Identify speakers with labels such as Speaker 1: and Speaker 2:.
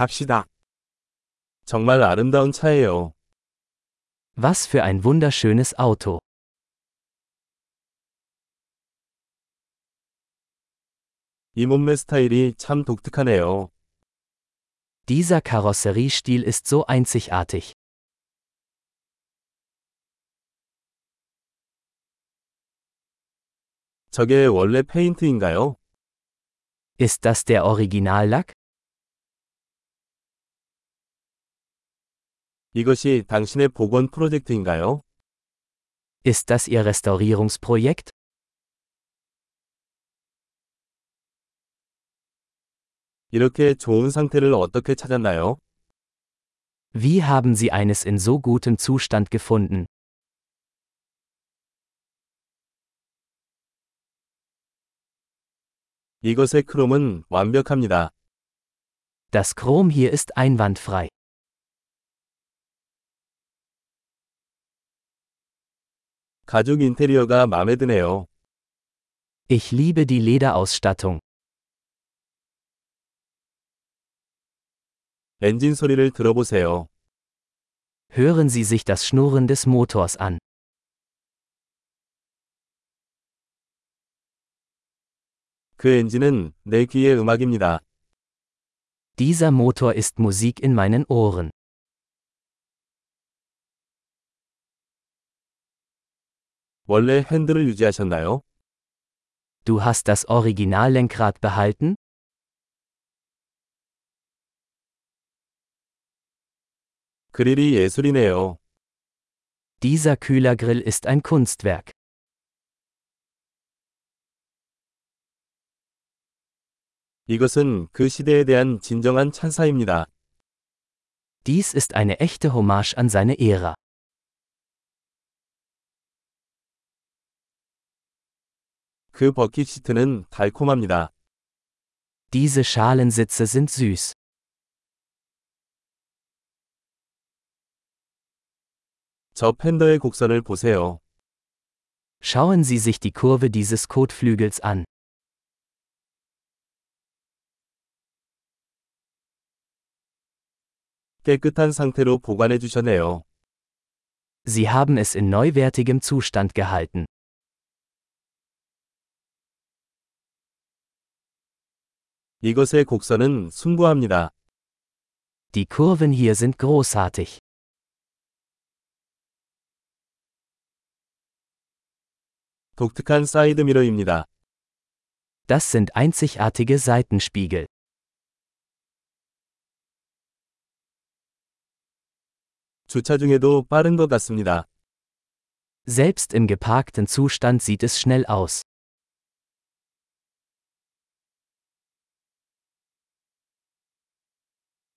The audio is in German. Speaker 1: 갑시다. 정말 아름다운 차예요.
Speaker 2: Was für ein wunderschönes Auto.
Speaker 1: 이 몸매 스타일이 참 독특하네요.
Speaker 2: Dieser Karosseriestil ist so einzigartig.
Speaker 1: 저게 원래 페인트인가요?
Speaker 2: Ist das der Originallack?
Speaker 1: 이것이 당신의 복원 프로젝트인가요?
Speaker 2: Ist das Ihr Restaurierungsprojekt?
Speaker 1: 이렇게 좋은 상태를 어떻게 찾았나요?
Speaker 2: Wie haben Sie eines in so gutem Zustand gefunden?
Speaker 1: 이것의 크롬은 완벽합니다.
Speaker 2: Das Chrom hier ist einwandfrei.
Speaker 1: 가죽 인테리어가 마음에 드네요.
Speaker 2: Ich liebe die Lederausstattung.
Speaker 1: 엔진 소리를 들어보세요.
Speaker 2: Hören Sie sich das Schnurren des Motors an.
Speaker 1: 그 엔진은 내 귀의 음악입니다.
Speaker 2: Dieser Motor ist Musik in meinen Ohren.
Speaker 1: 원래 핸들을 유지하셨나요?
Speaker 2: Du hast das Originallenkrad behalten?
Speaker 1: 그릴이 예술이네요.
Speaker 2: Dieser Kühlergrill ist ein Kunstwerk.
Speaker 1: 이것은 그 시대에 대한 진정한 찬사입니다.
Speaker 2: Dies ist eine echte Hommage an seine Ära.
Speaker 1: 그 버킷 시트는 달콤합니다.
Speaker 2: Diese Schalensitze sind süß.
Speaker 1: 저 팬더의 곡선을 보세요.
Speaker 2: Schauen Sie sich die Kurve dieses Kotflügels an.
Speaker 1: 깨끗한 상태로 보관해 주셨네요.
Speaker 2: Sie haben es in neuwertigem Zustand gehalten.
Speaker 1: 이것의 곡선은 숭고합니다.
Speaker 2: Die Kurven hier sind großartig.
Speaker 1: 독특한 사이드 미러입니다.
Speaker 2: Das sind einzigartige Seitenspiegel.
Speaker 1: 주차 중에도 빠른 것 같습니다.
Speaker 2: Selbst im geparkten Zustand sieht es schnell aus.